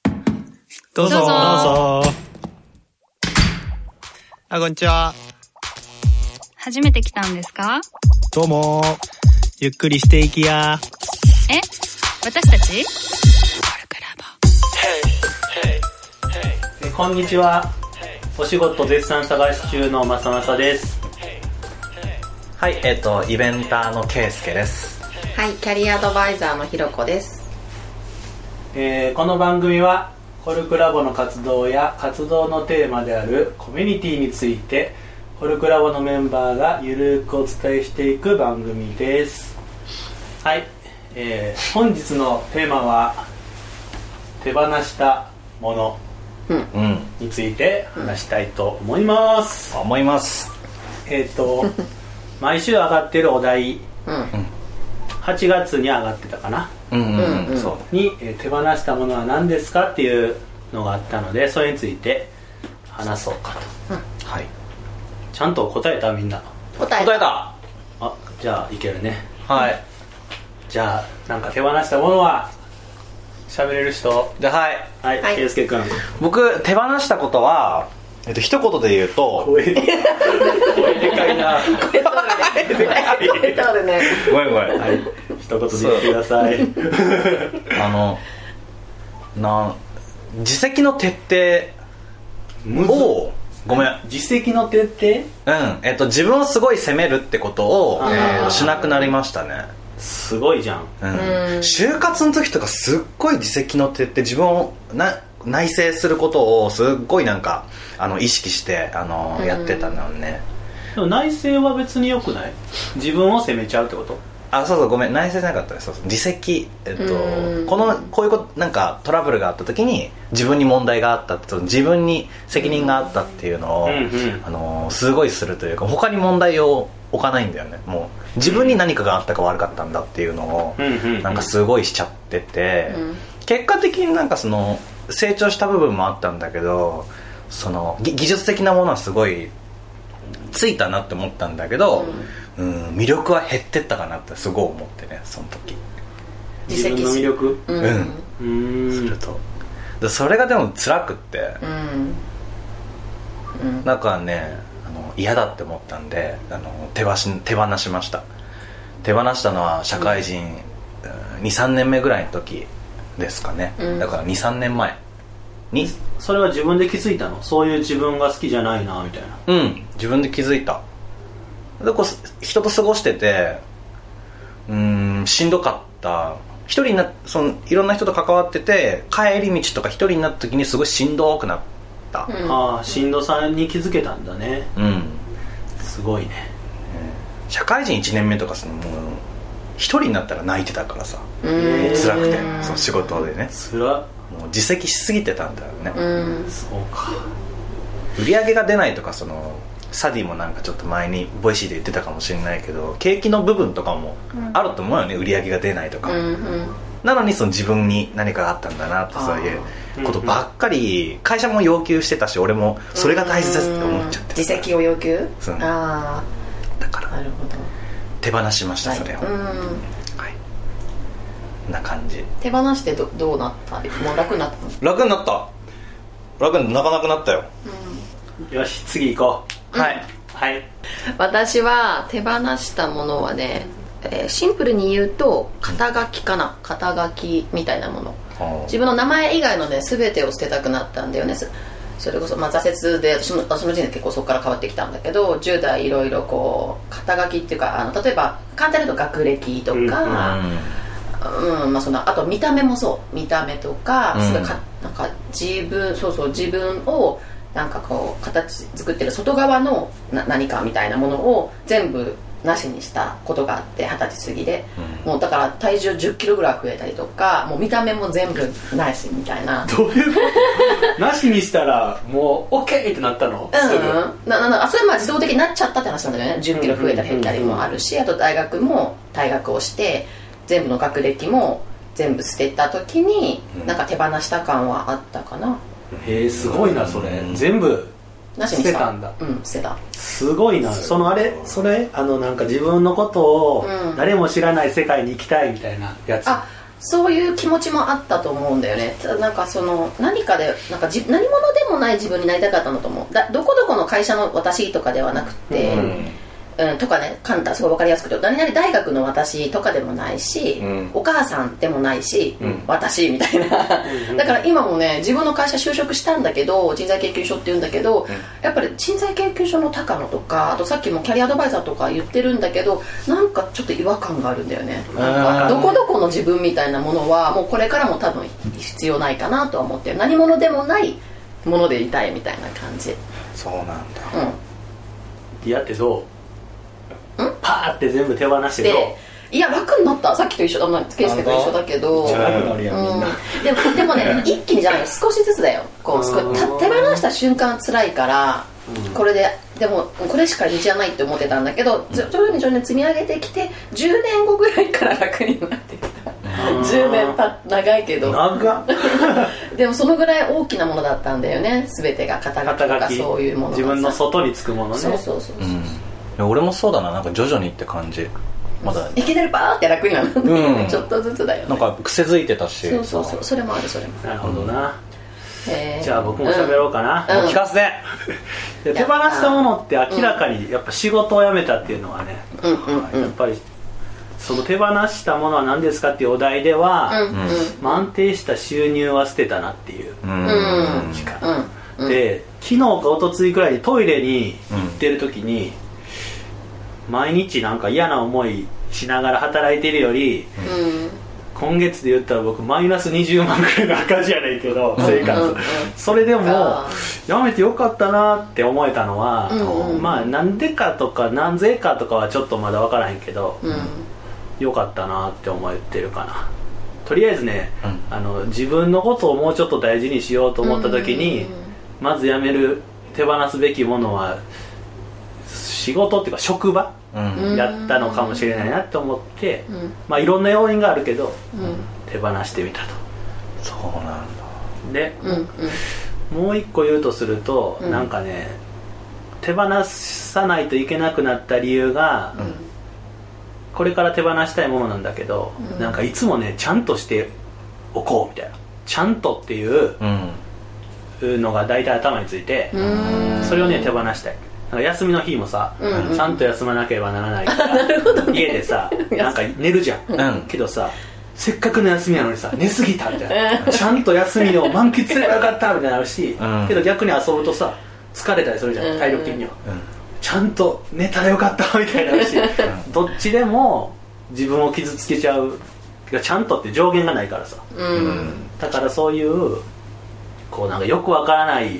どうぞどうぞどうぞあ、こんにちは。初めて来たんですかどうもゆっくりしていきや。え私たちえーこんにちは。お仕事絶賛探し中のまさまさです。はい、えっ、と、イベンターのケイスケです。はい、キャリアアドバイザーのひろこです。えーこの番組はコルクラボの活動や活動のテーマであるコミュニティについてコルクラボのメンバーがゆるーくお伝えしていく番組ですはい、えー本日のテーマは手放したものうん、について話したいと思います、思います。えっ、と毎週上がってるお題うん。 8月に上がってたかなうん、ううんん、ううんん、そう。に、えー手放したものは何ですかっていうのがあったのでそれについて話そうかとはい。ちゃんと答えたみんな答え答えた。だあじゃあいけるねはい。じゃあなんか手放したものは喋れる人じゃあ、はい。はいはい圭佑、君僕、手放したことは、えっと、一言で言うと、声でかいな答えたあるね。ごめんごめん。はい一言で言ってくだ さいあの、なん、自責の徹むず底を、ごめん。自責の徹底うん、えっと、自分をすごい責めるってことを、あえーーしなくなりましたね。すごいじゃんうんうん就活の時とかすっごい自責の手って自分をな内省することをすっごいなんかあの意識してあの、うんやってたんだよねでも内省は別によくない自分を責めちゃうってことあそうそうごめん内省じゃなかったですそうそう自責えっうんとこのこういうことなんかトラブルがあった時に自分に問題があったってその自分に責任があったっていうのを、うんうんあのすごいするというか他に問題を置かないんだよねもう自分に何かがあったか悪かったんだっていうのを、うんうんなんかすごいしちゃってて、うん結果的になんかその成長した部分もあったんだけどそのぎ技術的なものはすごいついたなって思ったんだけど、うん、魅力は減ってったかなってすごい思ってねその時自自責分の魅力ううん。うんん。うすーるんと、でそれがでも辛くってうん。なんかねあの嫌だって思ったんであの手放し手放しました手放したのは社会人、23年目ぐらいの時ですかね、うんだから23年前にそれは自分で気づいたのそういう自分が好きじゃないなみたいなうん自分で気づいたでこう人と過ごしててうーんしんどかった一人になそのいろんな人と関わってて帰り道とか一人になった時にすごいしんどくなったうんああしんどさに気づけたんだねうん、すごいね社会人1年目とかそのもう一人になったら泣いてたからさうん。えー辛くてその仕事でねつらっもう自責しすぎてたんだよね、うん。そうか売り上げが出ないとかそのサディもなんかちょっと前にボイシーで言ってたかもしれないけど景気の部分とかもあると思うよね、売り上げが出ないとか、うん。なのにその自分に何かがあったんだなってそういうあーことばっかり会社も要求してたし俺もそれが大切だって思っちゃって自責を要求そうあだかあ。らなるほど。手放しましたそれを、うはいん。こんな感じ手放してどどうなったもう楽になったの楽になった楽になかなくなったよ、よし次行こはい、うはい私は手放したものはね、えーシンプルに言うと肩書きかな肩書きみたいなもの自分の名前以外のね全てを捨てたくなったんだよねそそれこそ、まあ、挫折で私の私の人生結構そこから変わってきたんだけど10代いろいろこう肩書きっていうかあの例えば簡単に言うと学歴とか、うんまあ、そのあと見た目もそう見た目とか,、うんそれかなんか自分そうそう自分をなんかこう形作ってる外側のな何かみたいなものを全部なしにしたことがあって二十歳過ぎで、もうだから体重1 0キロぐらい増えたりとかもう見た目も全部ないしみたいなどういう ことなしにしたらもう OK ってなったのすぐうん、なななあそれはまあ自動的になっちゃったって話なんだよね1 0キロ増えたり減ったりもあるしあと大学も退学をして全部の学歴も全部捨てた時になんか手放した感はあったかなへえすごいなそれうん全部なしにした捨てたんだうん捨てたすごいなそのあれそれあのなんか自分のことをうん誰も知らない世界に行きたいみたいなやつあそういう気持ちもあったと思うんだよねただなんかその何かでなんかじ何者でもない自分になりたかったのと思うだどこどこの会社の私とかではなくて、うんとかね簡単すごい分かりやすくて何々大学の私とかでもないし、うんお母さんでもないし、うん私みたいなうんだから今もね自分の会社就職したんだけど人材研究所って言うんだけど、んやっぱり人材研究所の高野とかあとさっきもキャリアアドバイザーとか言ってるんだけどなんかちょっと違和感があるんだよねなんかどこどこの自分みたいなものはもうこれからも多分必要ないかなとは思ってる何者でもないものでいたいみたいな感じそうなんだうんいやってどうパーって全部手放してどうでいや楽になったさっきと一緒だな圭介と一緒だけどじゃあ楽になるやんみんなうん、でもでもね一気にじゃないよ少しずつだよこう少うんし手手放した瞬間辛いから、うんこれででもこれしか道はないって思ってたんだけどず徐々に徐々に積み上げてきて10年後ぐらいから楽になってきた10年た長いけど長っでもそのぐらい大きなものだったんだよね全てが肩書きと肩か書きそういうものがさ自分の外につくものねそうそうそうそうう、んいや俺もそうだななんか徐々にって感じまだいきなりパーって楽になるんだけどねうん ちょっとずつだよねなんか癖づいてたしそうそうそうそれもあるそれもなるほどな、へーじゃあ僕も喋ろうかな、うん聞かせてで手放したものって明らかにやっぱ仕事を辞めたっていうのはね、うんうんうんやっぱりその手放したものは何ですかっていうお題では、うんうまあ安定した収入は捨てたなっていううんうん時間、んうんで昨日か一昨日くらいにトイレに行ってる時に、毎日なんか嫌な思いしながら働いてるよりうん今月で言ったら僕マイナス20万くらいの赤字やないけど生活、うんうんうんそれでもあやめてよかったなって思えたのは、うんうんまあなんでかとか何故かとかはちょっとまだ分からへんけど、うんよかったなって思ってるかなとりあえずね、うあの自分のことをもうちょっと大事にしようと思った時に、うんうんうんまずやめる手放すべきものは仕事っていうか職場うんうんやったのかもしれないなって思って、うんまあいろんな要因があるけどうん手放してみたとそうなんだでうんうんもう一個言うとすると、うんなんかね手放さないといけなくなった理由が、これから手放したいものなんだけど、うんなんかいつもねちゃんとしておこうみたいなちゃんとっていううんのが大体頭について、うんそれをね手放したいなんか休みの日もさ、うんうんちゃんと休まなければならないから家でさなんか寝るじゃん、うんけどさせっかくの休みなのにさ寝すぎたみたいなちゃんと休みを満喫すればよかったみたいになるし、うんけど逆に遊ぶとさ疲れたりするじゃん体力的には、うんちゃんと寝たらよかったみたいになるしどっちでも自分を傷つけちゃうてかちゃんとって上限がないからさうんだからそういうこうなんかよくわからない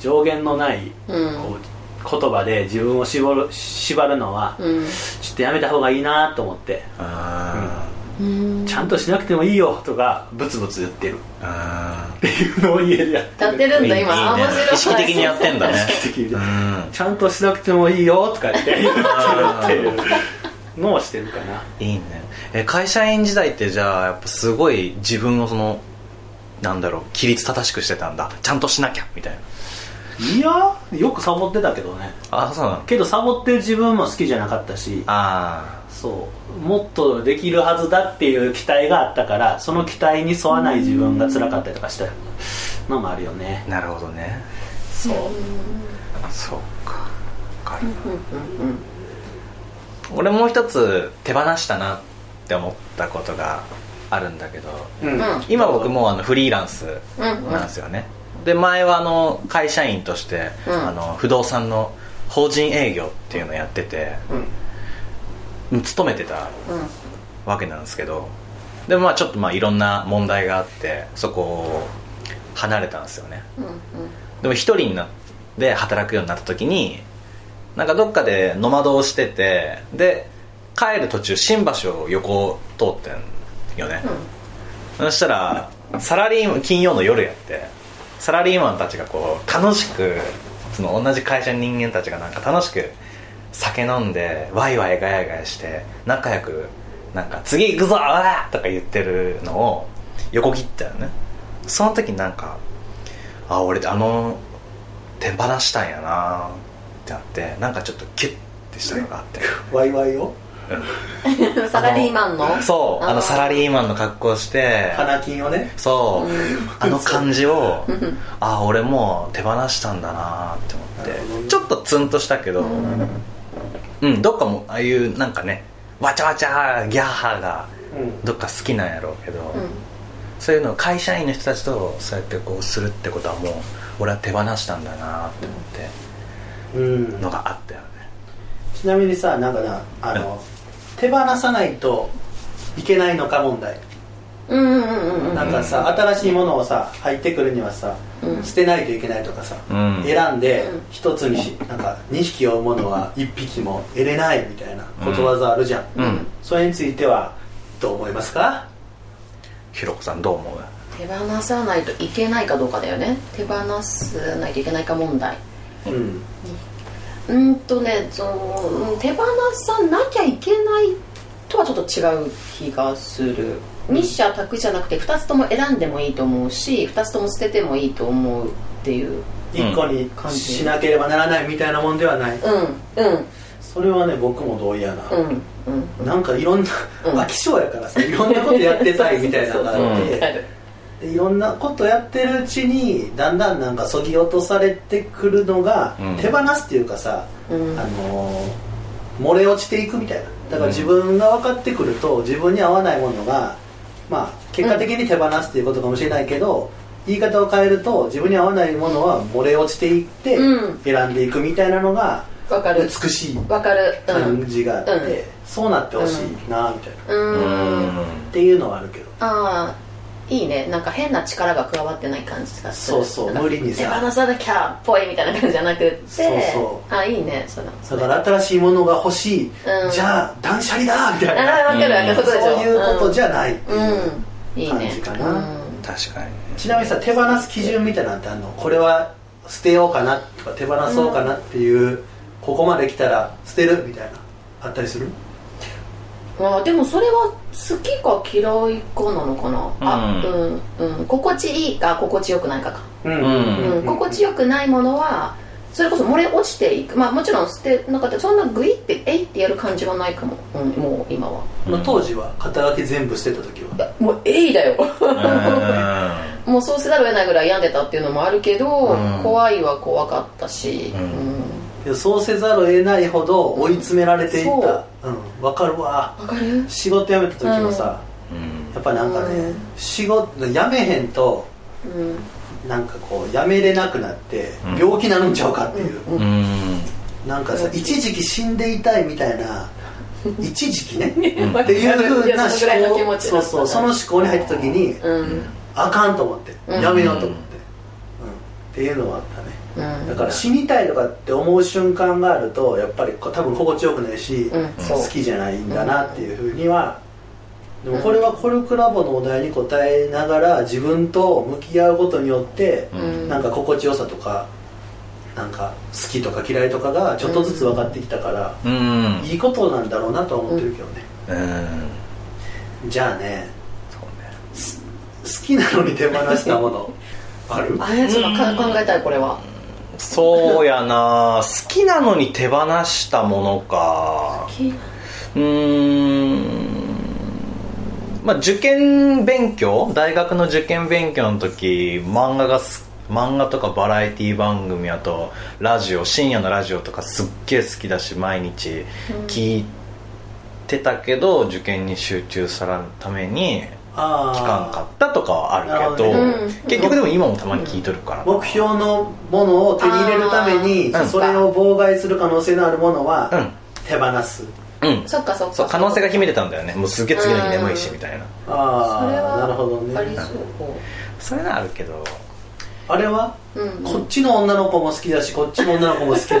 上限のないこう言葉で自分を絞る縛るのはうんちょっとやめた方がいいなと思ってあうんちゃんとしなくてもいいよとかブツブツ言ってるーあっていうのを家でやってやってるんだ今いいね面白い意識的にやってんだね的にうんうんちゃんとしなくてもいいよとか言って言ってるっていうのをしてるかないいねえ会社員時代ってじゃあやっぱすごい自分をそのなんだろう規律正しくしてたんだちゃんとしなきゃみたいないやよくサボってたけどねあそうなのけどサボってる自分も好きじゃなかったしあそうもっとできるはずだっていう期待があったからその期待に沿わない自分が辛かったりとかしたのもあるよねあなるほどねそうそうかわかる俺もう一つ手放したなって思ったことがあるんだけどうんうん今僕もうあのフリーランスなんですよね、で前はあの会社員として、うんあの不動産の法人営業っていうのをやってて、勤めてたわけなんですけどでもまあちょっとまあいろんな問題があってそこを離れたんですよねでも一人になって働くようになった時になんかどっかでノマドをしててで帰る途中新橋を横を通ってんよね、そしたらサラリーマン金曜の夜やってサラリーマンたちがこう楽しくその同じ会社の人間たちがなんか楽しく酒飲んでワイワイガヤガヤして仲良くなんか次行くぞおらとか言ってるのを横切ったよねその時なんかあ俺あの手放したんやなってなってなんかちょっとキュッてしたのがあってワイワイをサラリーマンのそうああのーサラリーマンの格好して花金をねそうあの感じをんああ俺もう手放したんだなって思なるほどっねてちょっとツンとしたけどうんどっかもああいうなんかねわちゃわちゃギャーハーがうんどっか好きなんやろうけど、うんそういうのを会社員の人たちとそうやってこうするってことはもう俺は手放したんだなって思ってうんのがあったよねちなみにさなんかなあの手放さないといけないのか問題うんうんうんうんなんかさ新しいものをさ入ってくるにはさうん捨てないといけないとかさうん選んでうん一つにしなんか2匹追うものは1匹も得れないみたいなことわざあるじゃんうんそれについてはどう思いますかひろこさんどう思う手放さないといけないかどうかだよね手放さないといけないか問題うんうーんとねそのうん手放さなきゃいけないとはちょっと違う気がする二者択じゃなくて2つとも選んでもいいと思うし2つとも捨ててもいいと思うっていう1個にしなければならないみたいなもんではないうんうんそれはね僕も同意やなうんうんなんかいろんなうん飽き性やからさいろんなことやってたいみ たいなのがあっそうそうそうてでいろんなことやってるうちにだんだんなんかそぎ落とされてくるのが、うん手放すっていうかさ、うんあのー漏れ落ちていくみたいなだから自分が分かってくると自分に合わないものがまあ結果的に手放すっていうことかもしれないけど、言い方を変えると自分に合わないものは漏れ落ちていってうん選んでいくみたいなのがわかる美しいわかるうん感じがあって、うんそうなってほしいなみたいな、うーんっていうのはあるけどああいいねなんか変な力が加わってない感じがするそうそうなんか無理にさ手放さなきゃっぽいみたいな感じじゃなくてそうそあいいねそれだから新しいものが欲しい、うんじゃあ断捨離だみたいなああ分かる分かるそうそういうことじゃゃないってういう、んいい感ねじかなう確んかにねちなみにさ手放す基準みたいなのってあんのこれは捨てようかなとか手放そうかなっていう、ここまで来たら捨てるみたいなあったりするまあでもそれは好きか嫌いかなのかなあううんうん心地いいか心地よくないかかうんうんうん、心地よくないものはそれこそ漏れ落ちていくまあもちろん捨てなかったそんなグイってえいってやる感じはないかも、うん、もう今はこの当時は肩書き全部捨てた時はもうえいだよ うもうそうせざるを得ないぐらい病んでたっていうのもあるけど、うん怖いは怖かったし、うんでそうせざるを得ないほど追い詰められていった、ううんんそうわかるわわかる仕事辞めた時もさ、んやっぱなんかね、うん仕事辞めへんとうんなんかこうやめれなくなってうん病気なるんちゃうかっていう、うんうんうんなんかさ一時期死んでいたいみたい な一時期ねってんいう風なそのぐらいの思気持考ちそうそうその思考に入った時にうんあかんと思ってうんやめようと思って、うんっていうのはあったねうんだから死にたいとかって思う瞬間があるとやっぱりこう多分心地よくないし、うんそう好きじゃないんだなっていうふうにはでもこれはコルクラボのお題に応えながら自分と向き合うことによって、うんなんか心地よさとかなんか好きとか嫌いとかがちょっとずつ分かってきたから、うんいいことなんだろうなとは思ってるけどね、うんじゃあねそうね好きなのに手放したものあるあれちょっとか考えたいこれはそうやな好きなのに手放したものかうーんまあ受験勉強大学の受験勉強の時漫画がす漫画とかバラエティ番組あとラジオ深夜のラジオとかすっげえ好きだし毎日聞いてたけど、受験に集中するためにあー聞かんかったとかはあるけどなるほどねうん結局でも今もたまに聞いとるから、目標のものを手に入れるためにあーそれを妨害する可能性のあるものはうん手放す、うんそっかそっかそう可能性が秘めてたんだよねもうすっげえ次の日眠いしうんみたいなそあれあはなるほどありねそうそれならあるけどあれはうんこっちの女の子も好きだしこっちの女の子も好き だ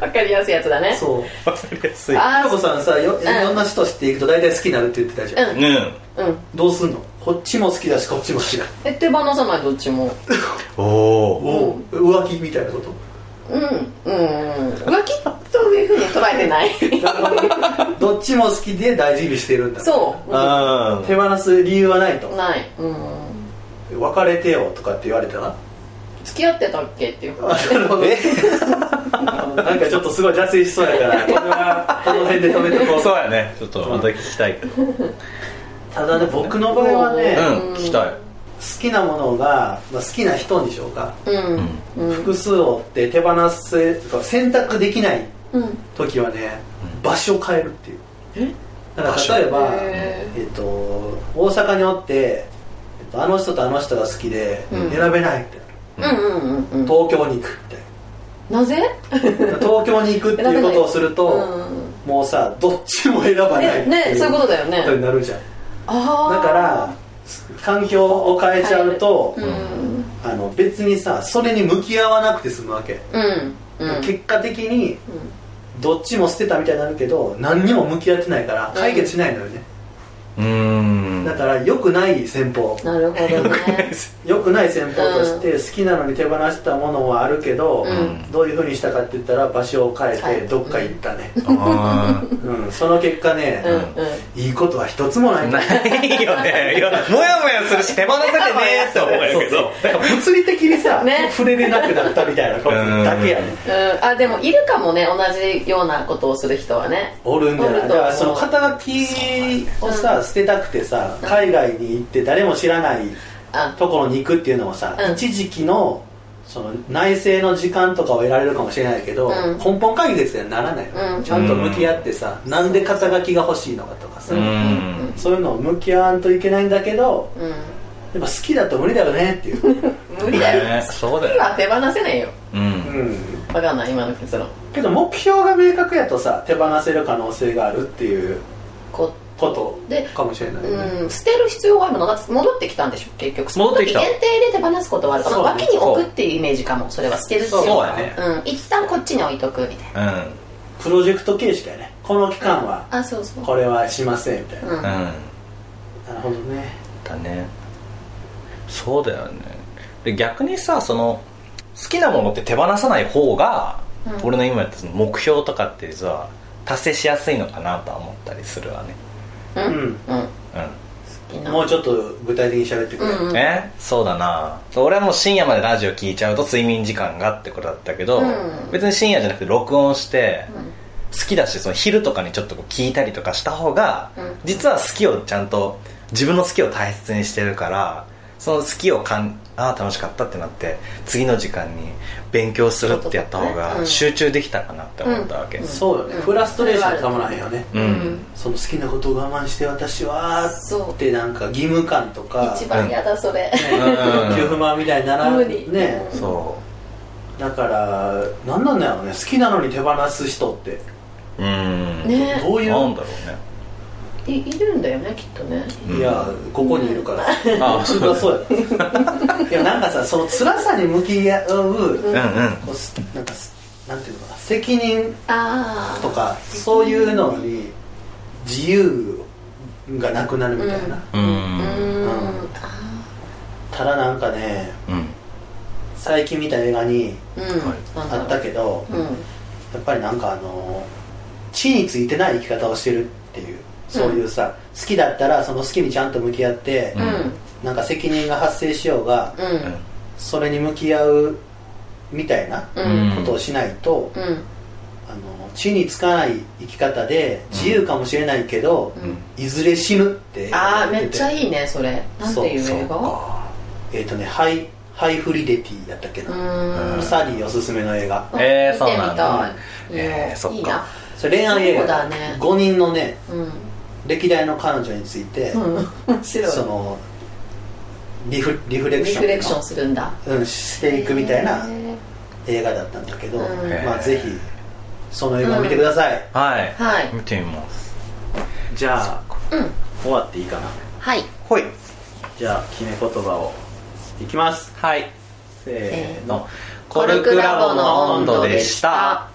わかりやすいやつだねそうわかりやすいあひろこさんさよいろんな人知っていくと大体好きになるって言ってたじゃん、うんねうんどうすんのこっちも好きだしこっちも好きだえ手放さないどっちもおおおう浮気みたいなことうんうん浮気というふうに捉えてないどっちも好きで大事にしてるんだそううん手放す理由はないとないうん別れてよとかって言われたら付き合ってたっけっていうか なんかちょっとすごい脱衣しそうやからこれはこの辺で止めとこうそうやねちょっとまた聞きたいけどうんただね僕の場合はね、好聞きたいきなものが、まあ、好きな人にしようかうんうん複数をって手放せ選択できないうん時はねうん場所を変えるっていうだから例えば、へえっと大阪におって、えっとあの人とあの人が好きでうん選べないみたいな、ーうんうんうんうん東京に行くみたい なぜな東京に行くっていうことをすると、もうさどっちも選ばないっねていねうそういうことだよねことになるじゃんあだあから環境を変えちゃうと、うんあの別にさそれに向き合わなくて済むわけ、うんうん結果的にどっちも捨てたみたいになるけど何にも向き合ってないから解決しないのよね、うーんだから良くない戦法なるほ どね良くない戦法として好きなのに手放したものはあるけど、うんどういうふうにしたかって言ったら場所を変はえていどっか行ったね、あーうん、その結果ねう、んうんいいことは一つもないないよねいやもやもやするし手放せてねーって思うけどだから物理的にさ、ね触れれなくなったみたいなことだけやねうんあでもいるかもね同じようなことをする人はねおるんじゃないおだるとか思うらその肩書きをさ捨てたくてさ海外に行って誰も知らないあところに行くっていうのもさ、うん一時期のその内政の時間とかを得られるかもしれないけど、うん根本解決にはならないよ、うんちゃんと向き合ってさ、なんで肩書きが欲しいのかとかさ、ううんそういうのを向き合わんといけないんだけどうんやっぱ好きだと無理だよねっていう、無理だよねそうだよ今手放せないようんうん、わかんない今の結論けど目標が明確やとさ手放せる可能性があるっていうこことでかもしれないよね、うん、捨てる必要があるのだって戻ってきたんでしょ結局戻ってきたその時限定で手放すことはあるかなそうね脇に置くっていうイメージかもそれは捨てるっていうそうだねうん、一旦こっちに置いとくみたいうんうんプロジェクト形式やねこの期間はなあそうそうこれはしませんみたいな、うんなるほどねだねそうだよねで逆にさその好きなものって手放さない方が、うん俺の今やったその目標とかってさ達成しやすいのかなとは思ったりするわねうんううんん好きなもうちょっと具体的に喋ってくれ、うんうんえそうだな俺はもう深夜までラジオ聞いちゃうと睡眠時間がってことだったけど、うん別に深夜じゃなくて録音して、好きだしその昼とかにちょっとこう聞いたりとかした方が、うん実は好きをちゃんと自分の好きを大切にしてるからその好きをかんああ楽しかったってなって次の時間に勉強するってやった方うがん集中できたかなって思ったわけ、うんそうよね、うんフラストレーションたまらへんよね、うんその好きなことを我慢して私はそうってなんか義務感とか一番嫌だそれ、ねうん欲求不満みたいになら無理ねそだから何なんだろうね好きなのに手放す人ってううんねどういうなんだろいいるんだよねきっとねうねいやここにいるからあそれはそう やいやなんかさその辛さに向き合ううんうんこうすなんかすなんていうのかな責任あとかそういうのに自由がなくなるみたいな、うあうんんうんあただなんかねうん最近見た映画にーうん、はいなんだあろうったけど、うんやっぱりなんかあの地についてない生き方をしてるっていうそういうさ、好きだったらその好きにちゃんと向き合って、うんなんか責任が発生しようが、うんそれに向き合うみたいなううんんことをしないと、うんあの地につかない生き方で自由かもしれないけど、うんいずれ死ぬってああめっちゃいいいねそれなんていうそう映画かえっ、とねハイハイフリデティやったっけうな、ーんサリーおすすめの映画えー見てみそうなたんだいえーそっかいいなそれ恋愛映画そうだね5人のねう歴代の彼女について、んうん面白いそのリフリフレリクションフレクションするんだうん、していくみたいなへ映画だったんだけど、うんまあ、ぜひその映画を見てください、はい、ーはい見てみますじゃあうん終わっていいかなはいほいじゃあ決め言葉をいきますはいせーのコルクラボの温度でした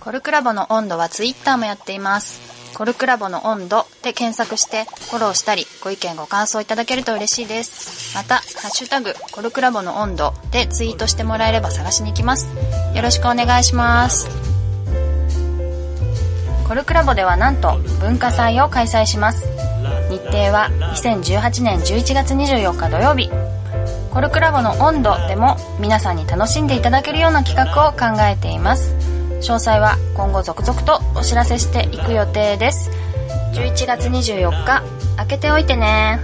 コルクラボの温度はツイッターもやっています。コルクラボの温度で検索してフォローしたりご意見ご感想いただけると嬉しいです。また、ハッシュタグコルクラボの温度でツイートしてもらえれば探しに行きます。よろしくお願いします。コルクラボではなんと文化祭を開催します。日程は2018年11月24日土曜日。コルクラボの温度でも皆さんに楽しんでいただけるような企画を考えています詳細は今後続々とお知らせしていく予定です11月24日開けておいてね